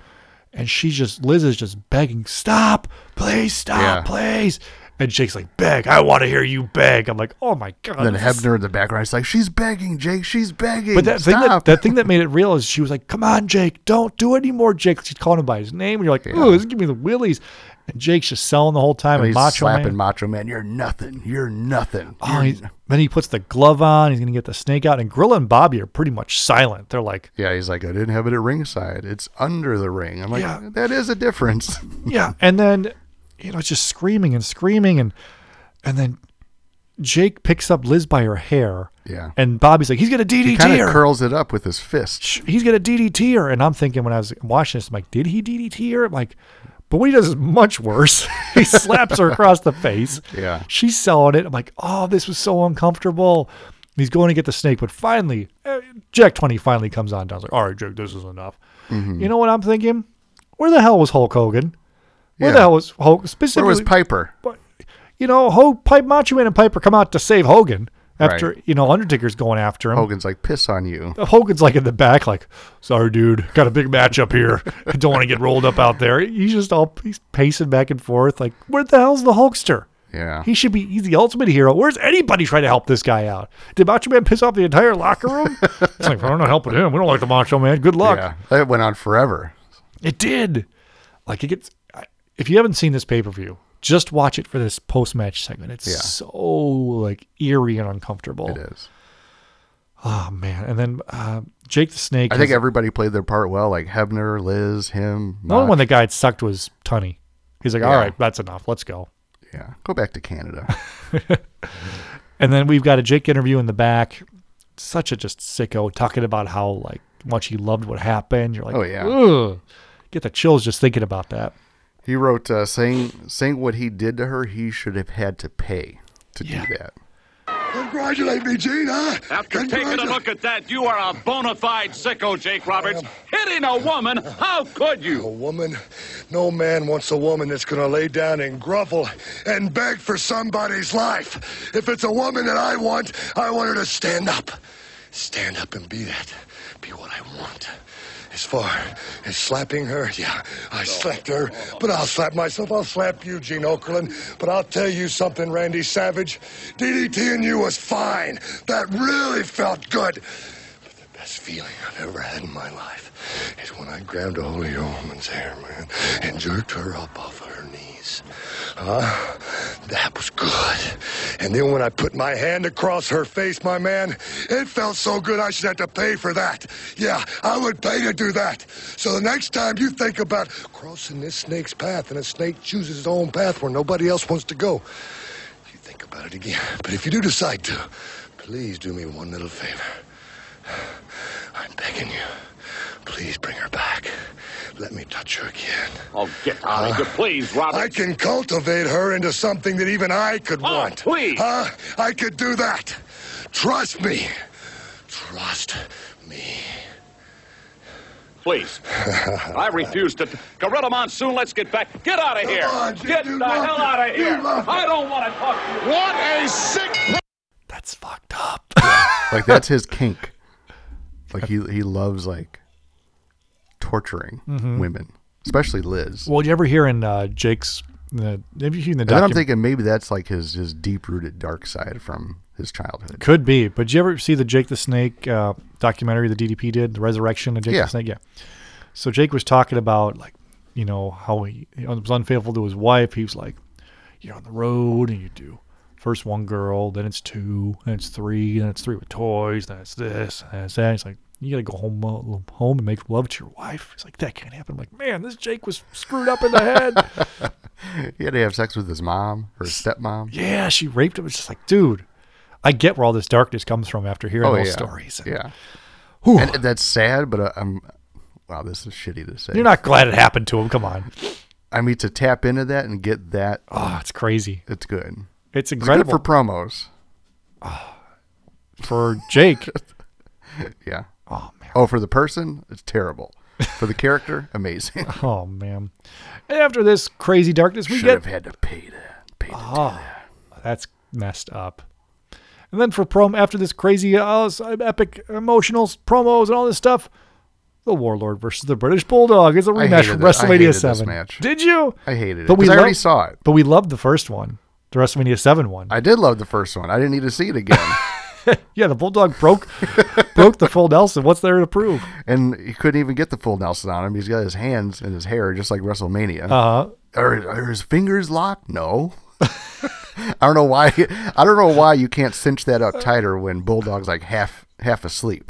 and she's just Liz is just begging, stop, please stop, Yeah. please. And Jake's like, beg, I want to hear you beg. I'm like, oh my god. And then this is- Hebner in the background is like, "She's begging, Jake. She's begging. but that thing that, Stop." that thing that made it real is she was like, "Come on, Jake, don't do it anymore, Jake." She's calling him by his name, and you're like, "Ooh, this is giving me the willies." And Jake's just selling the whole time, And and, he's Macho slapping Man. Macho Man. You're nothing. You're nothing. Oh, You're he's, n-" then he puts the glove on. He's going to get the snake out. And Gorilla and Bobby are pretty much silent. They're like, yeah, he's like, I didn't have it at ringside. It's under the ring. I'm like, Yeah. that is a difference. (laughs) yeah. And then, you know, it's just screaming and screaming. And and then Jake picks up Liz by her hair. Yeah. And Bobby's like, he's going to DDT kind her. of curls it up with his fist. Sh- he's going to DDT her. And I'm thinking when I was watching this, I'm like, did he DDT her? I'm like, but what he does is much worse. (laughs) he slaps her across the face. Yeah. She's selling it. I'm like, oh, this was so uncomfortable. And he's going to get the snake, but finally, eh, Jack 20 finally comes on. down. I was like, all right, Jack, this is enough. Mm-hmm. You know what I'm thinking? Where the hell was Hulk Hogan? Where the Yeah. hell was Hulk? Where Specifically, was Piper? you know, Hulk, Pipe Macho Man and Piper come out to save Hogan after, Right. you know, Undertaker's going after him. Hogan's like, piss on you. Hogan's like in the back, like, sorry, dude, got a big match up here. I don't want to get rolled up out there. He's just all he's pacing back and forth, like, where the hell's the Hulkster? Yeah. He should be he's the ultimate hero. Where's anybody trying to help this guy out? Did Macho Man piss off the entire locker (laughs) room? it's like, we're not helping him. We don't like the Macho Man. Good luck. Yeah. That went on forever. It did. Like it gets. I- If you haven't seen this pay per view, just watch it for this post match segment. It's Yeah. so like eerie and uncomfortable. It is. Oh man! And then uh, Jake the Snake. I think has- everybody played their part well, like Hebner, Liz, him. The only Mach. one that got sucked was Tunney. He's like, all Yeah. right, that's enough. Let's go. yeah. Go back to Canada. (laughs) And then we've got a Jake interview in the back. Such a just sicko talking about how like much he loved what happened. You're like, Oh, yeah. Ugh. Get the chills just thinking about that. He wrote uh, saying saying what he did to her, he should have had to pay to Yeah. do that. Congratulate me, Gene, huh? After taking a Congratulate- look at that, you are a bona fide sicko, Jake Roberts. Hitting a woman? How could A you? woman? No man wants a woman that's gonna lay down and grovel and beg for somebody's life. If it's a woman that I want, I want her to stand up. Stand up and be that. Be what I want. As far as slapping her, yeah, I slapped her, but I'll slap myself. I'll slap you, Gene Okerlund. But I'll tell you something, Randy Savage. DDT and you was fine. That really felt good. The best feeling I've ever had in my life is when I grabbed a holy woman's hair, man, and jerked her up off of her knees. Huh? That was good. And then when I put my hand across her face, my man, it felt so good I should have to pay for that. Yeah, I would pay to do that. So the next time you think about crossing this snake's path and a snake chooses his own path where nobody else wants to go, you think about it again. But if you do decide to, please do me one little favor. I'm begging you. Please bring her back. let me touch her again. Oh, get out of here, please, Robert. I can cultivate her into something that even I could Oh, want. please. Huh? I could do that. Trust me. Trust me. Please. I refuse to. Gorilla Monsoon, let's get back. Get out of here. on, you- get you the love hell it. out of You here. love it. I don't want to talk to you. What a sick. That's fucked up. Like (laughs) that's his kink. Like he he loves like torturing Mm-hmm. women, especially Liz. well, you ever hear in uh, Jake's? Uh, have you seen the and then I'm documentary? thinking maybe that's like his his deep rooted dark side from his childhood. Could be, but did you ever see the Jake the Snake uh, documentary the DDP did, the Resurrection of Jake Yeah. the Snake? Yeah. So Jake was talking about like, you know, how he, he was unfaithful to his wife. He was like, you're on the road and you do first one girl, then it's two, then it's three, then it's three with toys, then it's this, then it's that. He's like, you gotta go home, uh, home and make love to your wife. He's like, that can't happen. I'm like, man, this Jake was screwed up in the (laughs) head. He had to have sex with his mom or his stepmom. yeah, she raped him. It's just like, dude, I get where all this darkness comes from after hearing Oh those yeah, stories. yeah. Whew. And that's sad, but I, I'm wow, this is shitty to say. You're not glad it happened to him. Come on. I mean, to tap into that and get that, Oh, it's crazy. it's good. It's It's good incredible for promos. for, Jake. Yeah. Oh man. Oh, for the person, it's terrible. (laughs) For the character, amazing. (laughs) oh, man. And after this crazy darkness, we Should get. Oh. have had to pay that. Pay that. That's messed up. And then for prom, after this crazy, uh, s- epic emotional s- promos and all this stuff, the Warlord versus the British Bulldog is a rematch hated from this- I WrestleMania hated this 7. match. Did you? I hated it. But we 'cause I already loved- saw it. But we loved the first one, the WrestleMania 7 one. I did love the first one. I didn't need to see it again. yeah, the Bulldog (laughs) broke broke the full Nelson. What's there to prove? and he couldn't even get the full Nelson on him. He's got his hands in his hair, just like WrestleMania. Uh huh. are, are his fingers locked? No. (laughs) I don't know why. I don't know why you can't cinch that up tighter when Bulldog's like half half asleep.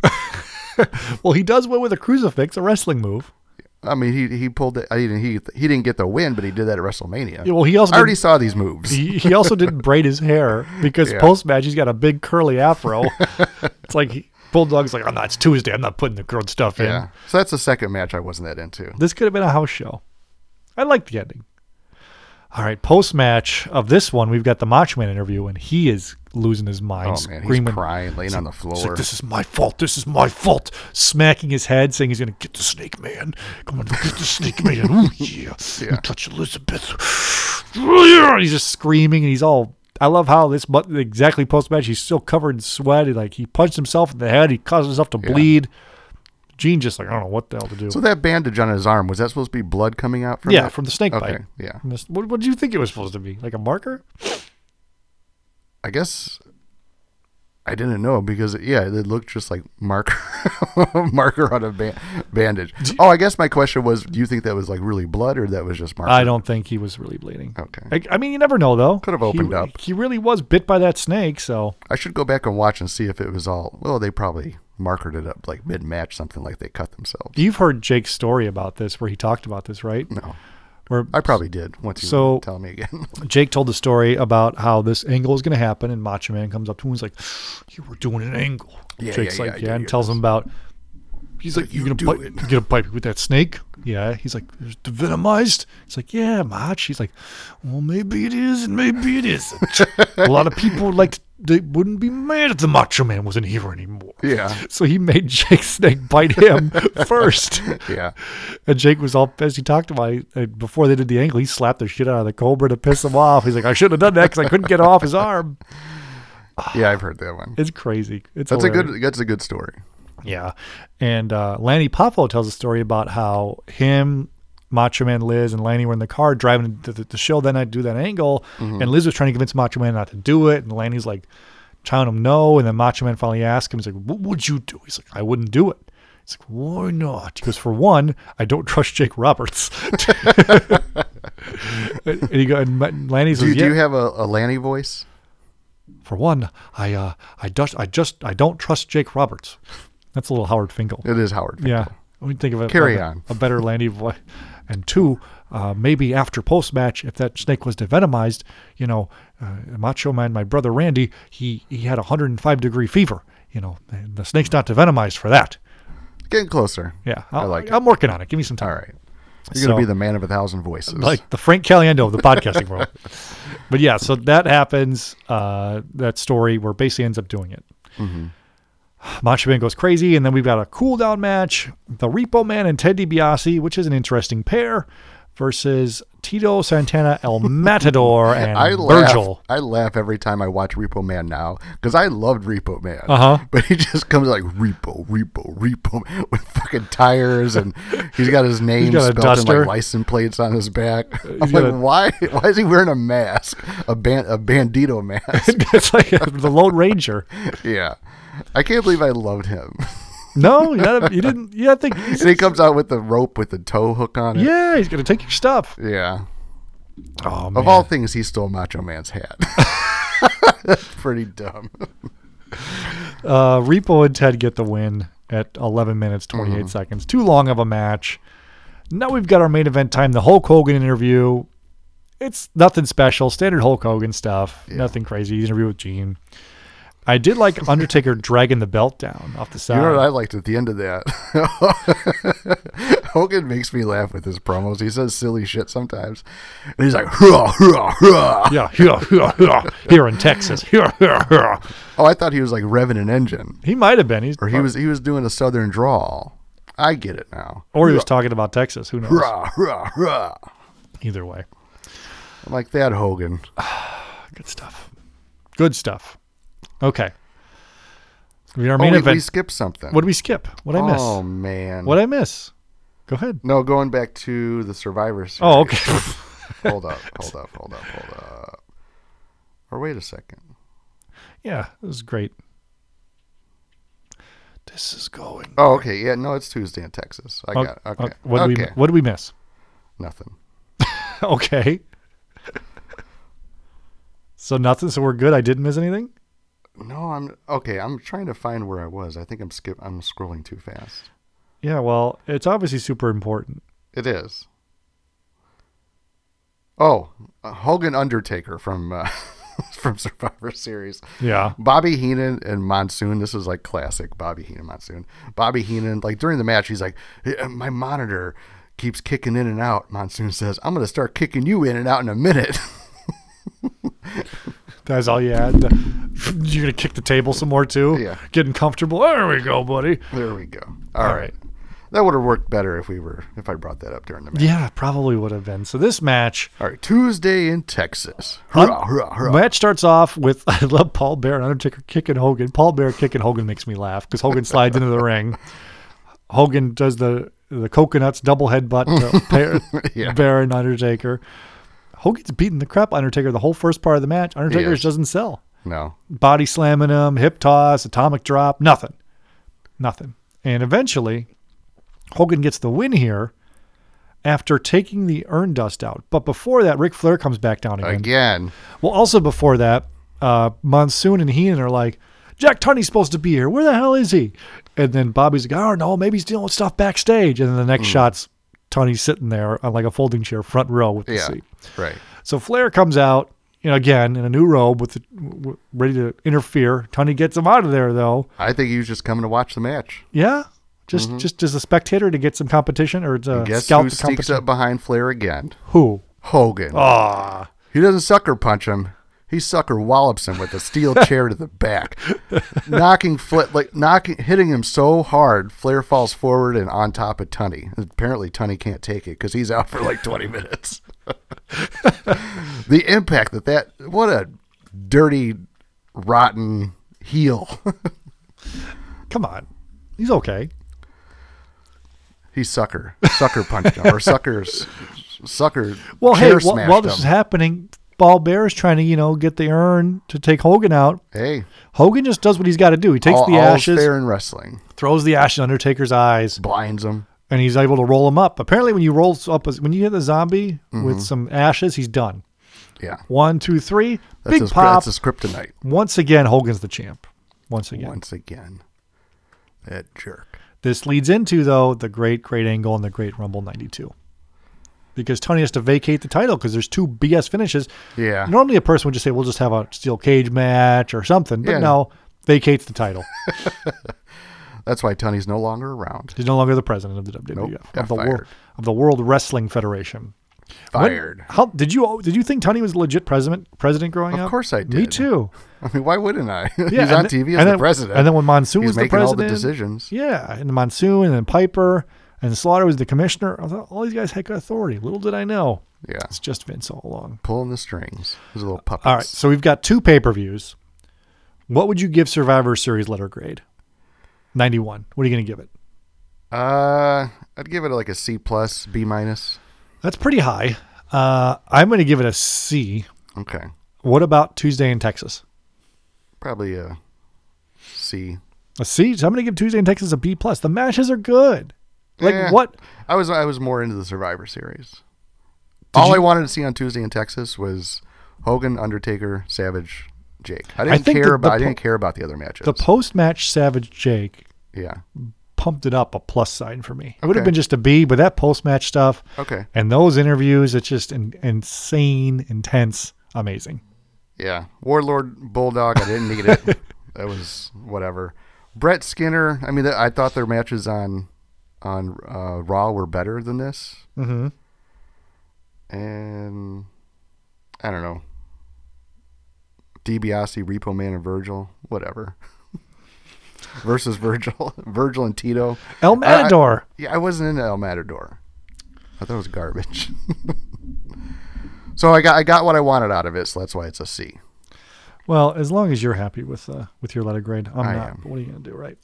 Well, he does win with a crucifix, a wrestling move. I mean, he he pulled it. I didn't. He he didn't get the win, but he did that at WrestleMania. Yeah, well, he also I already didn't- saw these moves. He, he also (laughs) didn't braid his hair because Yeah. post match he's got a big curly (laughs) afro. it's like he, Bulldog's like, oh no, it's Tuesday. I'm not putting the good stuff in. yeah. So that's the second match I wasn't that into. This could have been a house show. I like the ending. All right, post match of this one, we've got the Machman interview, and he is losing his mind, Oh man, he's screaming, crying, laying on the It's like, floor. this is my fault. This is my fault. Smacking his head, saying he's going to get the snake man. Come on, get the snake man. (laughs) Oh, yeah. You touch Elizabeth. (sighs) Yeah. He's just screaming and he's all. I love how this, but exactly post match, he's still covered in sweat. He, like, he punched himself in the head. He caused himself to bleed. Gene just, like, I don't know what the hell to do. So that bandage on his arm was that supposed to be blood coming out from? yeah, that? from the snake okay, bite. Yeah. From this- What, what did you think it was supposed to be? Like a marker? I guess I didn't know because yeah, it looked just like (laughs) marker marker on a ban- bandage. Oh, I guess my question was, do you think that was like really blood or that was just marker? I don't think he was really bleeding. Okay. Like, I mean, you never know, though. Could have He- opened up. He really was bit by that snake, so. I should go back and watch and see if it was all. Well, they probably markered it up like mid match, something like they cut themselves. You've heard Jake's story about this, where he talked about this, right? No, Where I probably did. Once you So- tell me again, (laughs) Jake told the story about how this angle is going to happen, and Macho Man comes up to him and is like, "You were doing an angle." Yeah, Jake's yeah, yeah, like, I "Yeah,", did and hear tells him about. He's like, "You you gonna do bite? it." You gonna bite me with that snake?" Yeah. He's like, "It's "Venomized." It's like, "Yeah, Mach." He's like, "Well, maybe it is, and maybe it isn't." A lot of people would like to, they wouldn't be mad if the Macho Man wasn't here anymore. Yeah. So he made Jake Snake bite him (laughs) first. yeah, And Jake was all pissed. He talked about it uh, before they did the angle. He slapped the shit out of the Cobra to piss him off. He's like, I shouldn't have done that because I couldn't get it off his arm. yeah, I've heard that one. It's crazy. It's That's hilarious. a good. That's a good story. yeah. And uh, Lanny Poffo tells a story about how him, Macho Man, Liz, and Lanny were in the car driving to the, the show that night to do that angle, Mm-hmm. and Liz was trying to convince Macho Man not to do it, and Lanny's like telling him no, and then Macho Man finally asked him, he's like, "What would you do?" He's like, "I wouldn't do it." He's like, "Why not?" He goes, "For one, I don't trust Jake Roberts." (laughs) and he go, and Ma- Lanny says, Do, do "Yeah." you have a, a Lanny voice? For one, I uh, I just I just I don't trust Jake Roberts. That's a little Howard Finkel. It is Howard. Yeah. We think of a, Carry a, on. a better Landy voice. And two, uh, maybe after post match, if that snake was devenomized, you know, uh, Macho Man, my brother Randy, he, he had a 105 degree fever. You know, and the snake's not devenomized for that. Getting closer. Yeah. i I'll- like it. I'm working on it. Give me some time. All right. You're going to So- be the man of a thousand voices. like the Frank Caliendo of the podcasting (laughs) world. But yeah, so that happens. Uh, that story where basically ends up doing it. Mm-hmm. Macho Man goes crazy, and then we've got a cool down match: the Repo Man and Ted DiBiase, which is an interesting pair, versus Tito Santana, El (laughs) Matador, and I laugh. Virgil. (laughs) I laugh every time I watch Repo Man now because I loved Repo Man. Uh-huh. But he just comes like Repo, Repo, Repo (laughs) Man," with fucking tires, and he's got his name got a spelled in duster. like license plates on his back. (laughs) I'm got like, a- why? Why is he wearing a mask? A ban, a bandito (laughs) mask. (laughs) it's like the Lone Ranger. yeah, I can't believe I loved him. (laughs) No, you, gotta, you didn't. Yeah, I think. and he comes out with the rope with the toe hook on it. Yeah, he's gonna take your stuff. Yeah. Oh man. Of all things, he stole Macho Man's hat. (laughs) That's pretty dumb. Uh, Repo and Ted get the win at 11 minutes Mm-hmm. 28 seconds. Too long of a match. Now we've got our main event time. The Hulk Hogan interview. It's nothing special. Standard Hulk Hogan stuff. Nothing crazy. He's interview with Gene. I did like (laughs) Undertaker dragging the belt down off the side. You know what I liked at the end of that? (laughs) Hogan makes me laugh with his promos. He says silly shit sometimes. And he's like, "Hurrah, hurrah, hurrah." yeah, (laughs) yeah, yeah, yeah. here in Texas. (laughs) Yeah, yeah, yeah. Oh, I thought he was like revving an engine. He might have been. He's, Or he was he was doing a southern drawl. I get it now. or he was talking about Texas. Who knows? Hurrah, hurrah, hurrah. Either way. I'm like that Hogan. Good stuff. Good stuff. Okay. We our Oh, main we, event. we skipped something. What did we skip? What did I miss? Oh man. What I miss? Go ahead. no, going back to the Survivor Series. Oh, okay. (laughs) hold up, hold up, hold up, hold up. Or wait a second. yeah, it was great. This is going. Oh, okay. Yeah, no, it's Tuesday in Texas. I got it. Oh, Okay. oh, what okay. did we what did we miss? (laughs) Nothing. okay. so nothing. So we're good. I didn't miss anything. No, I'm okay. I'm trying to find where I was. I think I'm skip. I'm scrolling too fast. Yeah. Well, it's obviously super important. It is. Oh, uh, Hogan Undertaker from uh, (laughs) from Survivor Series. Yeah. Bobby Heenan and Monsoon. This is like classic Bobby Heenan Monsoon. Bobby Heenan, like during the match, he's like, "Eh, "My monitor keeps kicking in and out." Monsoon says, "I'm gonna start kicking you in and out in a minute." (laughs) That's all you had. (laughs) You're gonna kick the table some more too. Yeah. Getting comfortable. There we go, buddy. There we go. All All right. right. That would have worked better if we were if I brought that up (laughs) during the match. Yeah, probably would have been. So this match. All right, Tuesday in Texas. Hurrah, hurrah, hurrah. Match starts off with (laughs) I love Paul Bear and Undertaker kicking Hogan. Paul Bear kicking Hogan makes me laugh because Hogan slides into the ring. Hogan does the the coconuts double headbutt to Bear, Yeah. Bear and Undertaker. Hogan's beating the crap out of Undertaker the whole first part of the match. Undertaker is. just doesn't sell. No. Body slamming him, hip toss, atomic drop, nothing. Nothing. And eventually, Hogan gets the win here after taking the urn dust out. But before that, Ric Flair comes back down again. Again. Well, also before that, uh, Monsoon and Heenan are like, Jack Tunney's supposed to be here. Where the hell is he? And then Bobby's like, I don't know. Maybe he's dealing with stuff backstage. And then the next Hmm. shot's Tunney sitting there on like a folding chair, front row with the Yeah. seat. Right. So Flair comes out, you know, again in a new robe with the, w- ready to interfere. Tunney gets him out of there though. I think he was just coming to watch the match. Yeah, just just as a spectator to get some competition or to Mm-hmm. Guess Uh, scout who the sneaks competition. Oh, up behind Flair again? Who? Ah, Hogan. He doesn't sucker punch him. He sucker wallops him with (laughs) a steel chair to the back, knocking Flair like knocking, hitting him so hard, Flair falls forward and on top of Tunney. Apparently, Tunney can't take it because he's out for like twenty minutes. the impact that that what a dirty, rotten heel. Come on, he's okay. he sucker sucker punched him or suckers sucker. Well, hey, chair wh- smashed while this is him. happening, Ball Bear is trying to, you know, get the urn to take Hogan out. hey, Hogan just does what he's got to do. He takes all, the all's ashes, fair in wrestling. throws the ash in Undertaker's eyes, Blinds him. and he's able to roll him up. Apparently, when you roll up, a- when you hit the zombie Mm-hmm. with some ashes, he's done. Yeah, One, two, three, that's big his, pop. That's his kryptonite. Once again, Hogan's the champ. Once again. once again. That jerk. This leads into though the great, great angle and the great Rumble '92, because Tony has to vacate the title because there's two BS finishes. Yeah. Normally, a person would just say, "We'll just have a steel cage match or something," but Yeah. no, vacates the title. That's why Tony's no longer around. He's no longer the president of the WWF Nope, got of the world fired. of the World Wrestling Federation. When- Fired. (laughs) how did you did you think Tony was a legit president president growing Of up? course I Me did. too. I mean, why wouldn't I? (laughs) Yeah, He's and on th- TV as and the then- president. and then when Monsoon He's was the making all the president- decisions. Yeah, and Monsoon and then Piper and Slaughter was the commissioner. I thought all these guys had good authority. Little did I know. Yeah. It's just Vince all along. Pulling the strings. He's a little puppet. Uh, All right, so we've got two pay per views. What would you give Survivor Series letter grade? Ninety one. What are you going to give it? Uh, I'd give it like a C plus, B minus. That's pretty high. Uh, I'm going to give it a C. Okay. What about Tuesday in Texas? Probably a C. A C. So I'm going to give Tuesday in Texas a B plus. The matches are good. Like Yeah. what? I was I was more into the Survivor Series. All I wanted to see on Tuesday in Texas was Hogan, Undertaker, Savage, Jake. I didn't think care the- the about I po- didn't care about the other matches. The post match Savage Jake yeah. pumped it up a plus sign for me. It would have Okay. been just a B, but that post match stuff Okay. and those interviews, it's just in, insane, intense, amazing. Yeah. Warlord Bulldog. I didn't need it. that was whatever. Brett Skinner. I mean, th- I thought their matches on on uh, Raw were better than this. Mm-hmm. And I don't know. DiBiase, Repo Man, and Virgil. Whatever. (laughs) Versus Virgil, (laughs) Virgil and Tito. El Matador. Yeah, I wasn't into El Matador. I thought it was garbage. (laughs) so I got I got what I wanted out of it, so that's why it's a C. well, as long as you're happy with uh, with your letter grade, I'm I not. am. But what are you gonna do, right?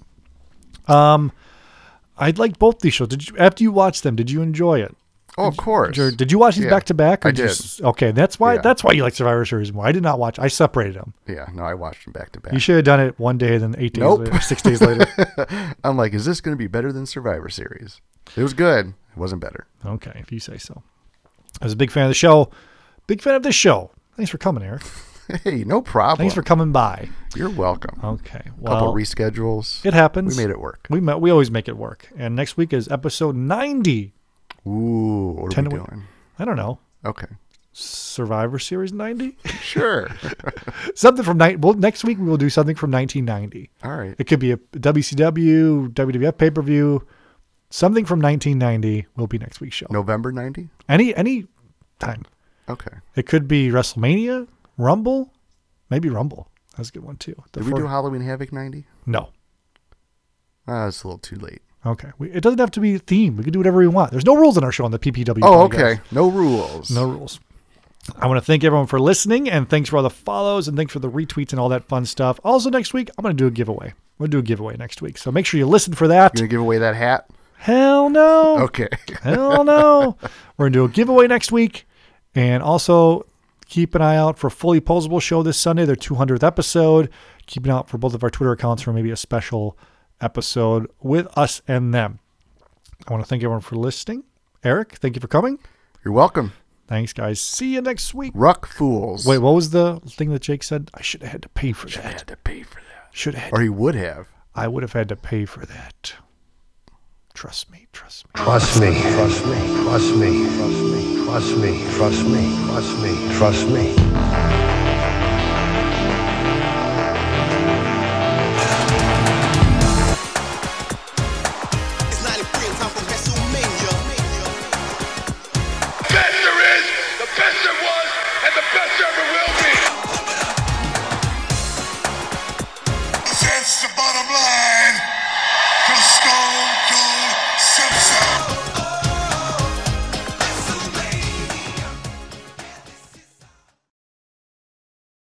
Um, I liked both these shows. Did you after you watched them? Did you enjoy it? Oh, of course. Or did you watch these Yeah, back to back? or I you did. s- okay, that's why Yeah. that's why you like Survivor Series more. I did not watch. I separated them. Yeah, no, I watched them back to back. You should have done it one day, then eight days Nope. later, six days (laughs) later. I'm like, is this going to be better than Survivor Series? It was good. It wasn't better. Okay, if you say so. I was a big fan of the show. Big fan of this show. Thanks for coming, Eric. Hey, no problem. Thanks for coming by. You're welcome. Okay. Couple Well, reschedules. it happens. We made it work. We met, we always make it work. And next week is episode 90. Ooh, what are Ten we away. doing? I don't know. Okay, Survivor Series 90? sure. (laughs) something from night. Well, next week we will do something from 1990. All right. It could be a WCW, WWF pay per view. Something from 1990 will be next week's show. November '90. Any any time. Okay. It could be WrestleMania, Rumble, maybe Rumble. That's a good one too. The Did we fir- do Halloween Havoc '90? no. Ah, it's a little too late. Okay. We, it doesn't have to be a theme. We can do whatever we want. There's no rules in our show on the PPW. Oh, podcast. okay. No rules. No rules. I want to thank everyone for listening and thanks for all the follows and thanks for the retweets and all that fun stuff. Also, next week, I'm going to do a giveaway. We'll do a giveaway next week. So make sure you listen for that. You gonna give away that (laughs) hat? Hell no. Okay. (laughs) Hell no. We're going to do a giveaway next week. And also keep an eye out for Fully Posable Show this Sunday, their 200th episode. Keep an eye out for both of our Twitter accounts for maybe a special episode with us and them. I want to thank everyone for listening. Eric, thank you for coming. You're welcome. Thanks, guys. See you next week. Ruck fools. Wait, what was the thing that Jake said? I should have had to pay for that. had to pay for that. Should have. Or he would have. I would have had to pay for that. Trust me. Trust me. Trust me, trust me, trust me, trust me, trust me, trust me, trust me, trust me. It's 93 and time for WrestleMania. best there is, the best there was, and the best there ever will be. That's the bottom line.